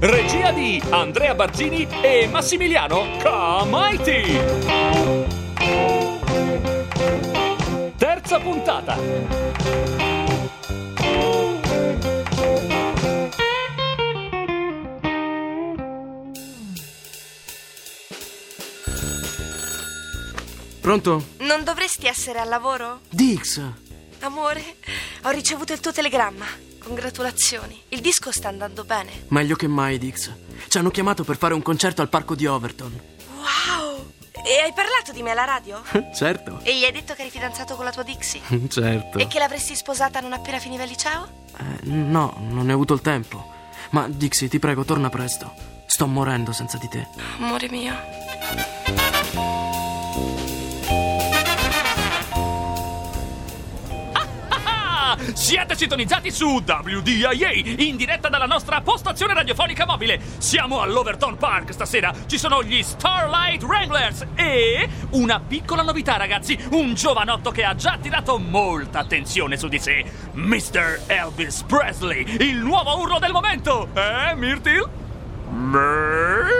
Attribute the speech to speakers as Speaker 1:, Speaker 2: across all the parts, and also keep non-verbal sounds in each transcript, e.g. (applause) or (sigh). Speaker 1: Regia di Andrea Barzini e Massimiliano Camaiti. Terza puntata.
Speaker 2: Pronto?
Speaker 3: Non dovresti essere al lavoro?
Speaker 2: Dix!
Speaker 3: Amore, ho ricevuto il tuo telegramma. Congratulazioni. Il disco sta andando bene.
Speaker 2: Meglio che mai, Dix. Ci hanno chiamato per fare un concerto al parco di Overton.
Speaker 3: Wow! E hai parlato di me alla radio?
Speaker 2: Certo.
Speaker 3: E gli hai detto che eri fidanzato con la tua Dixie?
Speaker 2: Certo.
Speaker 3: E che l'avresti sposata non appena finiva il liceo?
Speaker 2: Eh, no, non ne ho avuto il tempo. Ma Dixie, ti prego, torna presto. Sto morendo senza di te.
Speaker 3: Amore mio.
Speaker 1: Ah, (laughs) Siete sintonizzati su WDIA in diretta dalla nostra postazione radiofonica mobile. Siamo all'Overton Park stasera. Ci sono gli Starlight Wranglers e una piccola novità, ragazzi. Un giovanotto che ha già attirato molta attenzione su di sé. Mr. Elvis Presley, il nuovo urlo del momento. Eh, Myrtle? Meh.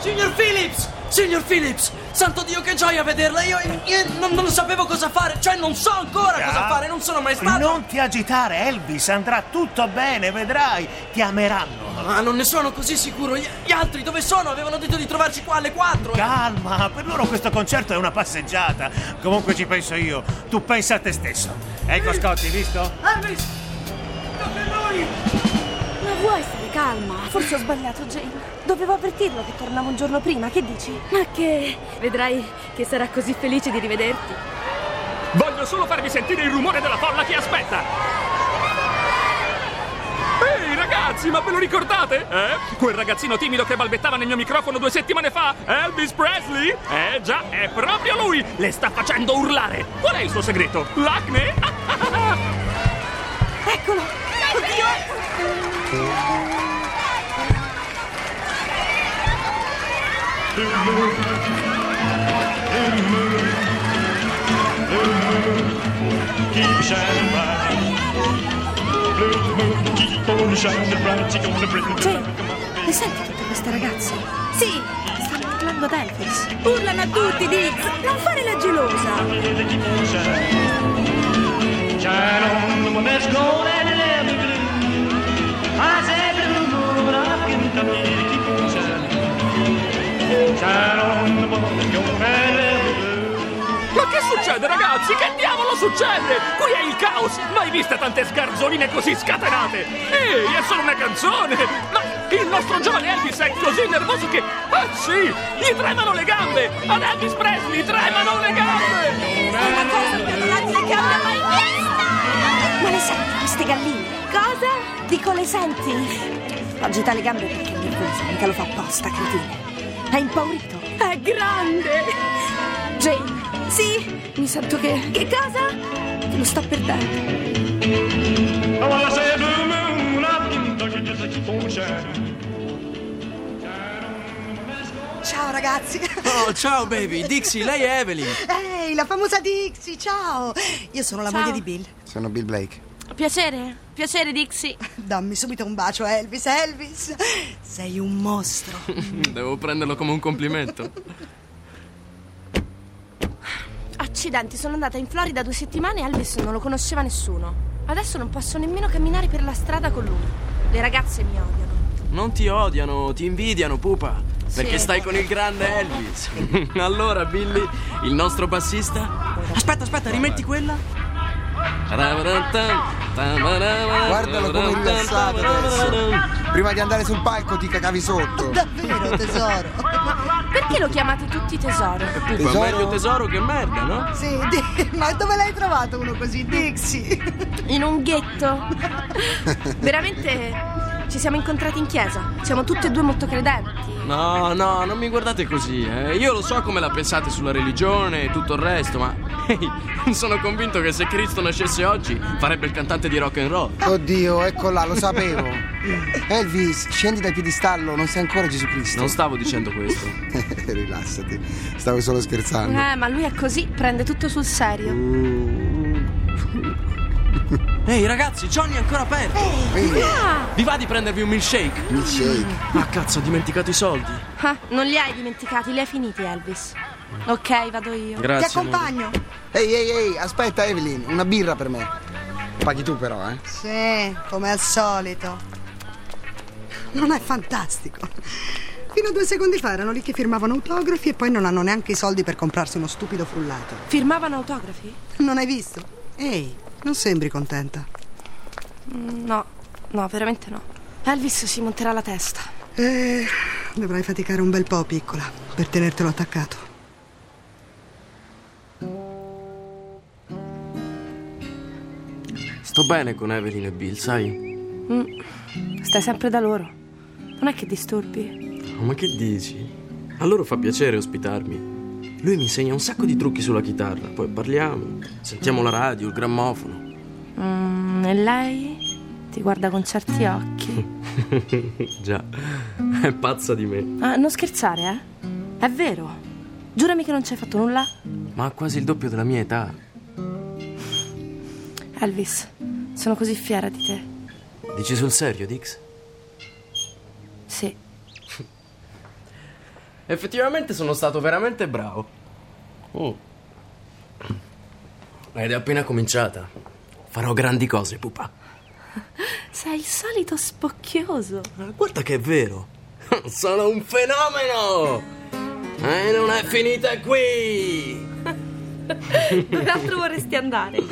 Speaker 2: Signor Phillips! Signor Phillips! Santo Dio che gioia vederla! Io, io non, non sapevo cosa fare, cioè non so ancora cosa
Speaker 4: Ah.
Speaker 2: fare, non sono mai stato!
Speaker 4: Non ti agitare, Elvis, andrà tutto bene, vedrai, ti ameranno.
Speaker 2: Ma non ne sono così sicuro! Gli, gli altri dove sono? Avevano detto di trovarci qua alle 4!
Speaker 4: Calma, per loro questo concerto è una passeggiata. Comunque ci penso io, tu pensa a te stesso. Ecco Scotty, visto?
Speaker 2: Elvis! Dove noi?
Speaker 5: Ma vuoi stare calma? Forse ho sbagliato, Jane. Dovevo avvertirlo che tornavo un giorno prima, che dici? Ma che... Vedrai che sarà così felice di rivederti.
Speaker 1: Voglio solo farvi sentire il rumore della folla che aspetta. Ehi ragazzi, ma ve lo ricordate? Eh? Quel ragazzino timido che balbettava nel mio microfono due settimane fa? Elvis Presley? Eh già, è proprio lui! Le sta facendo urlare! Qual è il suo segreto? L'acne?
Speaker 5: Eccolo! Oddio!
Speaker 6: keep shining bright. Blue moon, keep on shining bright. She gonna bring the
Speaker 5: Jane, le senti tutte queste ragazze? Sì! Stanno urlando ad Elvis. Urlano a tutti, Dick! Non fare la gelosa!
Speaker 6: they keep on shining. Shine on the one that's gone and it ever blue. I said blue moon, I can tell you to keep on shining. Shine on the one that's gone and it ever blue.
Speaker 1: ma che succede ragazzi? Che diavolo succede? Qui è il caos! Mai viste tante sgarzoline così scatenate! Ehi, è solo una canzone! Ma il nostro giovane Elvis è così nervoso che... Ah sì! Gli tremano le gambe! Ad Elvis Presley tremano le gambe!
Speaker 5: Una cosa più ordinaria che abbia mai vista! Ma le senti queste galline? Cosa? Dico, le senti? Agita le gambe perché è nervosa, mica lo fa apposta, cretino. È impaurito. È grande! Jane. Sì? Mi sento che... Che cosa? Che lo sto perdendo.
Speaker 6: Oh, well, I said blue moon, I can tell you just to keep on shining.
Speaker 7: Ciao ragazzi!
Speaker 2: Oh, ciao baby! Dixie, lei è Evelyn!
Speaker 7: (laughs) Ehi, la famosa Dixie, ciao! Io sono la
Speaker 8: Ciao.
Speaker 7: moglie di Bill.
Speaker 9: Sono Bill Blake.
Speaker 8: Piacere, piacere Dixie.
Speaker 7: Dammi subito un bacio, Elvis, Elvis! Sei un
Speaker 9: (laughs)
Speaker 7: mostro!
Speaker 2: Devo prenderlo come un complimento.
Speaker 8: Accidenti, sono andata in Florida due settimane e Elvis non lo conosceva nessuno. Adesso non posso nemmeno camminare per la strada con lui. Le ragazze mi odiano.
Speaker 2: Non ti odiano, ti invidiano, pupa. Perché stai con il grande Elvis. allora, Billy, il nostro bassista. Aspetta, aspetta, rimetti quella. Guardalo Eh,
Speaker 9: Guardalo come indossato adesso. Prima di andare sul palco ti cagavi sotto.
Speaker 7: Davvero, tesoro!
Speaker 8: Perché lo chiamate tutti tesoro?
Speaker 2: Pupa,
Speaker 9: Tesoro.
Speaker 2: meglio tesoro che merda, no?
Speaker 7: Sì, di- ma dove l'hai trovato uno così, Dixie?
Speaker 8: In un ghetto. Veramente ci siamo incontrati in chiesa. Siamo tutte e due molto credenti.
Speaker 2: No, no, non mi guardate così, eh. Io lo so come la pensate sulla religione e tutto il resto, ma (laughs) ehi, sono convinto che se Cristo nascesse oggi farebbe il cantante di rock and roll.
Speaker 9: Oddio, ecco là,
Speaker 7: (laughs)
Speaker 9: lo sapevo.
Speaker 7: Mm.
Speaker 9: Elvis, scendi dal piedistallo, non sei ancora Gesù Cristo. (laughs)
Speaker 2: Non stavo dicendo questo.
Speaker 9: Rilassati, stavo solo scherzando.
Speaker 8: Eh, ma lui è così, prende tutto sul serio.
Speaker 2: Ehi ragazzi, Johnny è ancora aperto! Vi va di prendervi un milkshake? Milkshake? Ah cazzo, ho dimenticato i soldi.
Speaker 8: Ah, non li hai dimenticati, li hai finiti, Elvis. Ok, vado io.
Speaker 2: Grazie.
Speaker 7: Ti accompagno.
Speaker 9: Ehi, ehi, ehi, aspetta Evelyn, una birra per me. Paghi tu però, eh.
Speaker 7: Sì, come al solito. Non è fantastico. Fino a due secondi fa erano lì che firmavano autografi e poi non hanno neanche i soldi per comprarsi uno stupido frullato.
Speaker 8: Firmavano autografi?
Speaker 7: Non hai visto? Ehi, non sembri contenta.
Speaker 8: Mm, No, no, veramente no. Elvis si monterà la testa.
Speaker 7: Eh, dovrai faticare un bel po', piccola, per tenertelo attaccato.
Speaker 2: Sto bene con Evelyn e Bill, sai?
Speaker 8: Stai sempre da loro. Non è che disturbi.
Speaker 2: Oh, ma che dici? A loro fa piacere ospitarmi. Lui mi insegna un sacco di trucchi sulla chitarra, poi parliamo, sentiamo la radio, il grammofono.
Speaker 8: Mm, e lei ti guarda con certi occhi.
Speaker 2: Già, (laughs) è pazza di me.
Speaker 8: Ah, non scherzare, eh? È vero. Giurami che non ci hai fatto nulla.
Speaker 2: Ma ha quasi il doppio della mia età.
Speaker 8: Elvis, sono così fiera di te.
Speaker 2: Dici sul serio, Dix?
Speaker 8: Sì.
Speaker 2: Effettivamente sono stato veramente bravo. Oh. Ed è appena cominciata. Farò grandi cose, pupa.
Speaker 8: Sei il solito (laughs) spocchioso.
Speaker 2: Guarda che è vero. (laughs) Sono un fenomeno! E non è finita qui!
Speaker 8: Dove altro vorresti andare?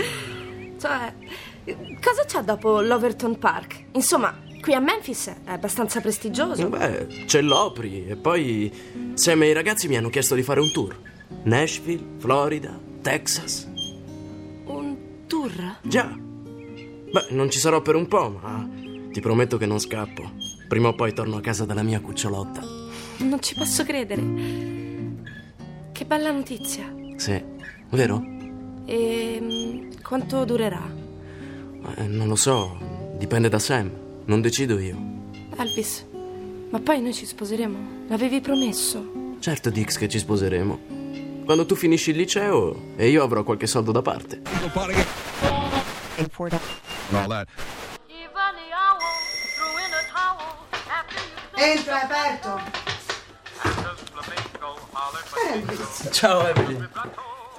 Speaker 8: Cioè, cosa c'è dopo l'Overton Park? Insomma, qui a Memphis è abbastanza prestigioso.
Speaker 2: Beh, c'è l'Opri e poi Sam e i ragazzi mi hanno chiesto di fare un tour. Nashville, Florida, Texas.
Speaker 8: Un tour?
Speaker 2: Già. Beh, non ci sarò per un po', ma ti prometto che non scappo. Prima o poi torno a casa dalla mia cucciolotta.
Speaker 8: Non ci posso credere. Che bella notizia.
Speaker 2: Sì, vero?
Speaker 8: E Ehm, quanto durerà?
Speaker 2: Eh, non lo so, dipende da Sam, non decido io.
Speaker 8: Elvis, ma poi noi ci sposeremo. L'avevi promesso.
Speaker 2: Certo, Dix, che ci sposeremo. Quando tu finisci il liceo e io avrò qualche soldo da parte.
Speaker 7: Entra, è aperto. Elvis,
Speaker 2: Ciao, Evelyn.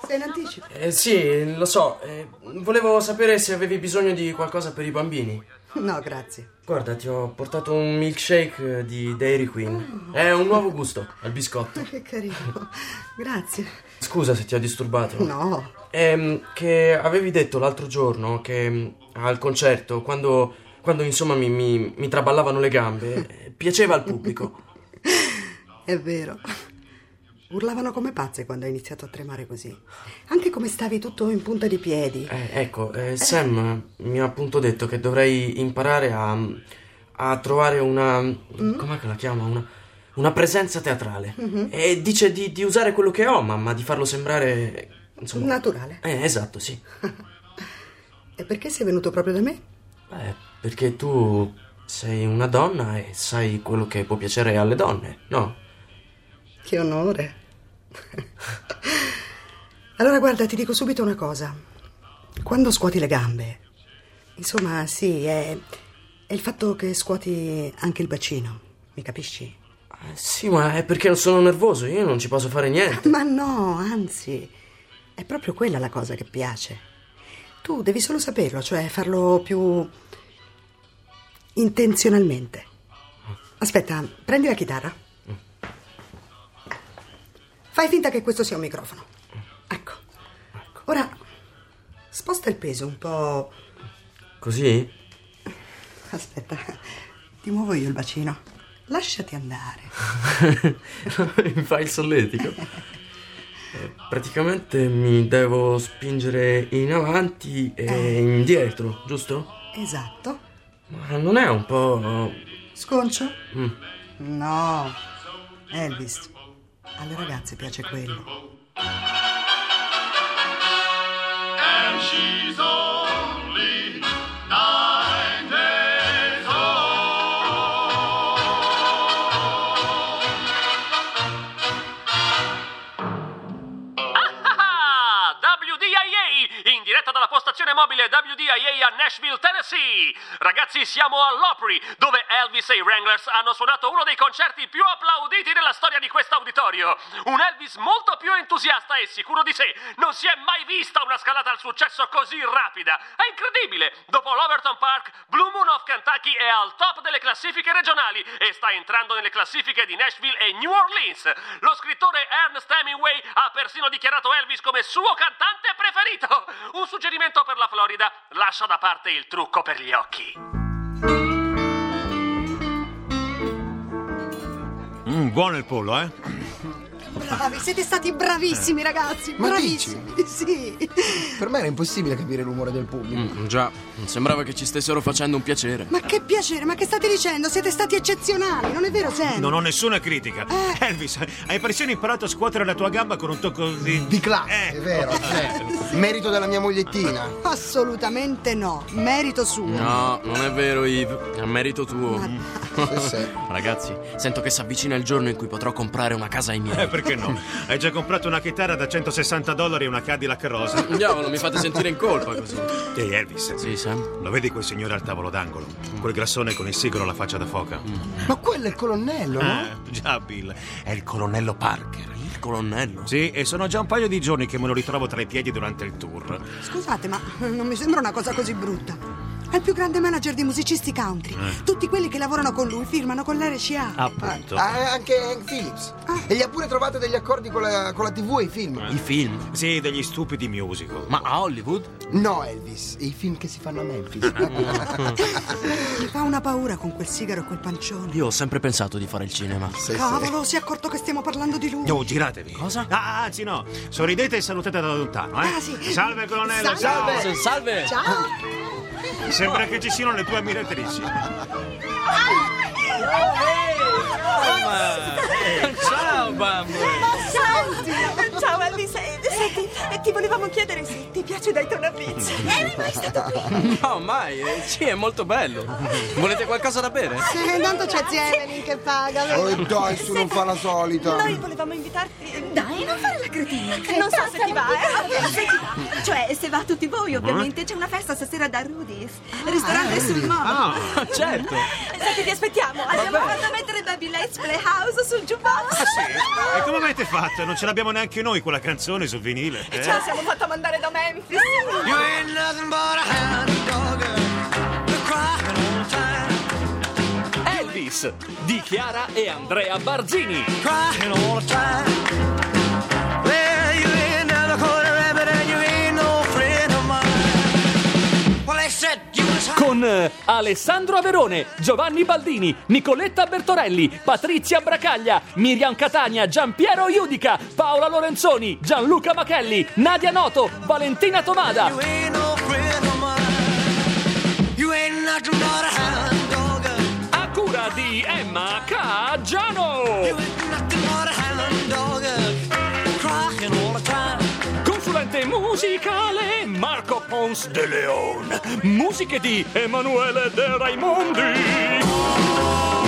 Speaker 7: sei in anticipo.
Speaker 2: Eh, sì, lo so. eh, volevo sapere se avevi bisogno di qualcosa per i bambini.
Speaker 7: No, grazie.
Speaker 2: Guarda, ti ho portato un milkshake eh, di Dairy Queen. È un nuovo gusto, al biscotto.
Speaker 7: Che carino. Grazie.
Speaker 2: Scusa se ti ho disturbato.
Speaker 7: No.
Speaker 2: Ehm, che avevi detto l'altro giorno che mh, al concerto, quando, quando, insomma mi, mi- mi traballavano le gambe, eh, piaceva al pubblico.
Speaker 7: È vero. Urlavano come pazze quando hai iniziato a tremare così. Anche come stavi tutto in punta di piedi.
Speaker 2: Eh, ecco, eh, Sam mi ha appunto detto che dovrei imparare a, a trovare una... com'è che la chiama? Una, una presenza teatrale. E dice di, di usare quello che ho, ma, ma di farlo sembrare... insomma...
Speaker 7: Naturale.
Speaker 2: eh, esatto, sì.
Speaker 7: E perché sei venuto proprio da me?
Speaker 2: Beh, Eh, perché tu sei una donna e sai quello che può piacere alle donne, no?
Speaker 7: Che onore. allora guarda, ti dico subito una cosa. Quando scuoti le gambe, insomma, sì, è, è il fatto che scuoti anche il bacino, mi capisci?
Speaker 2: Eh, Sì, ma è perché sono nervoso, io non ci posso fare
Speaker 7: (laughs)
Speaker 2: niente.
Speaker 7: Ma no, anzi, è proprio quella la cosa che piace. Tu devi solo saperlo, cioè farlo più intenzionalmente. Aspetta, prendi la chitarra. Fai finta che questo sia un microfono. Ecco. Ora sposta il peso un po'.
Speaker 2: Così?
Speaker 7: Aspetta, ti muovo io il bacino. Lasciati andare.
Speaker 2: (laughs) mi fai il solletico. Eh, Praticamente mi devo spingere in avanti e indietro, giusto?
Speaker 7: Esatto.
Speaker 2: Ma non è un po'.
Speaker 7: Sconcio? No, Elvis, alle ragazze piace quello.
Speaker 1: Ah, WDIA in diretta dalla postazione stazione mobile WDIA a Nashville, Tennessee. Ragazzi, siamo all'Opry, dove Elvis e i Wranglers hanno suonato uno dei concerti più applauditi della storia di questo auditorio. Un Elvis molto più entusiasta e sicuro di sé. Non si è mai vista una scalata al successo così rapida. È incredibile. Dopo l'Overton Park, Blue Moon of Kentucky è al top delle classifiche regionali e sta entrando nelle classifiche di Nashville e New Orleans. Lo scrittore Ernest Hemingway ha persino dichiarato Elvis come suo cantante preferito. Un suggerimento per la Florida: lascia da parte il trucco per gli occhi.
Speaker 10: Mm, buono il pollo, eh?
Speaker 7: Bravi, siete stati bravissimi ragazzi,
Speaker 9: Ma
Speaker 7: bravissimi. Sì.
Speaker 9: Per me era impossibile capire l'umore del pubblico.
Speaker 2: Mm, già, sembrava che ci stessero facendo un piacere.
Speaker 7: (laughs) Ma che piacere, ma che state dicendo? Siete stati eccezionali, non è vero, Sam?
Speaker 4: Non ho nessuna critica. Elvis, hai persino imparato a scuotere la tua gamba con un tocco di. Eh,
Speaker 9: Di classe, è vero.
Speaker 11: Eh.
Speaker 9: cioè, merito della mia mogliettina.
Speaker 7: Assolutamente no, merito suo.
Speaker 2: No, non è vero, Yves. È merito tuo.
Speaker 9: Sì, sì.
Speaker 2: (laughs) Ragazzi, sento che si avvicina il giorno in cui potrò comprare una casa ai miei.
Speaker 4: Eh, perché no? Hai già comprato una chitarra da 160 dollari e una Cadillac (laughs) rosa.
Speaker 2: Diavolo, mi fate sentire in colpa così.
Speaker 4: Ehi, Elvis.
Speaker 2: Sì, Sam.
Speaker 4: Lo vedi quel signore al tavolo d'angolo? Quel grassone con il sigaro alla faccia da foca?
Speaker 2: Mm.
Speaker 9: Ma quello è il colonnello, no?
Speaker 4: Eh, già, Bill. È il colonnello Parker.
Speaker 2: Il colonnello.
Speaker 4: Sì, e sono già un paio di giorni che me lo ritrovo tra i piedi durante il tour.
Speaker 7: Scusate, ma eh, non mi sembra una cosa così brutta. È il più grande manager di musicisti country. Tutti quelli che lavorano con lui firmano con l'RCA.
Speaker 4: Appunto.
Speaker 9: Ah, anche Hank Phillips. E gli ha pure trovato degli accordi con la, con la TV e i film.
Speaker 2: I film.
Speaker 4: Sì, degli stupidi musical.
Speaker 2: Ma a Hollywood?
Speaker 9: No, Elvis, i film che si fanno a Memphis.
Speaker 2: Ecco.
Speaker 7: Mi fa una paura con quel sigaro e quel pancione.
Speaker 2: Io ho sempre pensato di fare il cinema.
Speaker 9: Sì, sì.
Speaker 7: Cavolo, si è accorto che stiamo parlando di lui.
Speaker 4: Oh, giratevi.
Speaker 2: Cosa?
Speaker 4: Ah, anzi no. Sorridete e salutate da lontano, eh?
Speaker 7: Ah, sì.
Speaker 4: Salve, colonnello.
Speaker 9: Salve.
Speaker 4: ciao.
Speaker 2: Salve!
Speaker 7: Ciao!
Speaker 4: Sembra che ci siano le tue ammiratrici.
Speaker 2: Ciao, bambole!
Speaker 5: Ciao! Ciao Alice, senti, ti volevamo chiedere se ti piace Daytona Beach. Eri mai stato qui?
Speaker 2: (laughs) No, mai. eh, Sì, è molto bello. Volete qualcosa da bere?
Speaker 7: Eh, intanto c'è zia Evelyn che paga. vero?
Speaker 9: Oh, dai, su, non fa la solita.
Speaker 5: Noi volevamo invitarti. Dai, non fare la cretina. Non so se ti va, eh. Se ti va. Cioè, se va a tutti
Speaker 2: Eh?
Speaker 5: voi, ovviamente. C'è una festa stasera da Rudy's. Ristorante sul molo. Eh,
Speaker 2: Ah, certo.
Speaker 5: Senti, ti aspettiamo. Abbiamo fatto mettere Baby Let's Playhouse sul
Speaker 2: Ah,
Speaker 5: jukebox.
Speaker 4: E come avete fatto? Non ce l'abbiamo neanche noi quella canzone sul vinile. eh?
Speaker 5: Ce la siamo fatta mandare da Memphis.
Speaker 11: You ain't nothing but a hound dog, a crying all the time,
Speaker 1: Elvis di Chiara e Andrea Barzini.
Speaker 11: crying all the time. Well, you ain't another quarter rabbit and you ain't no friend of mine. Well, they said you was hot.
Speaker 1: Con eh, Alessandro Averone, Giovanni Baldini, Nicoletta Bertorelli, Patrizia Bracaglia, Miriam Catania, Giampiero Iudica, Paola Lorenzoni, Gianluca Machelli, Nadia Noto, Valentina Tomada.
Speaker 11: You ain't no friend of mine. You ain't nothing but a hound dog.
Speaker 1: A cura di Emma Caggiano,
Speaker 11: You ain't nothing but a hound dog, crying all the time.
Speaker 1: consulente musicale Marco Pons de Leon, musiche di Emanuele De Raimondi.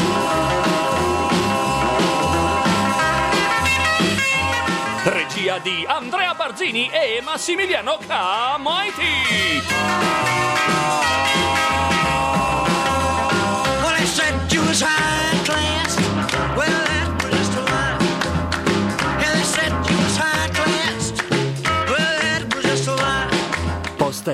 Speaker 1: Regia di Andrea Barzini e Massimiliano Camoiti.
Speaker 11: Well, they said you was high class. Well, that was just a lie. Yeah, they said you was high class. Well, that was just a lie.
Speaker 1: Posta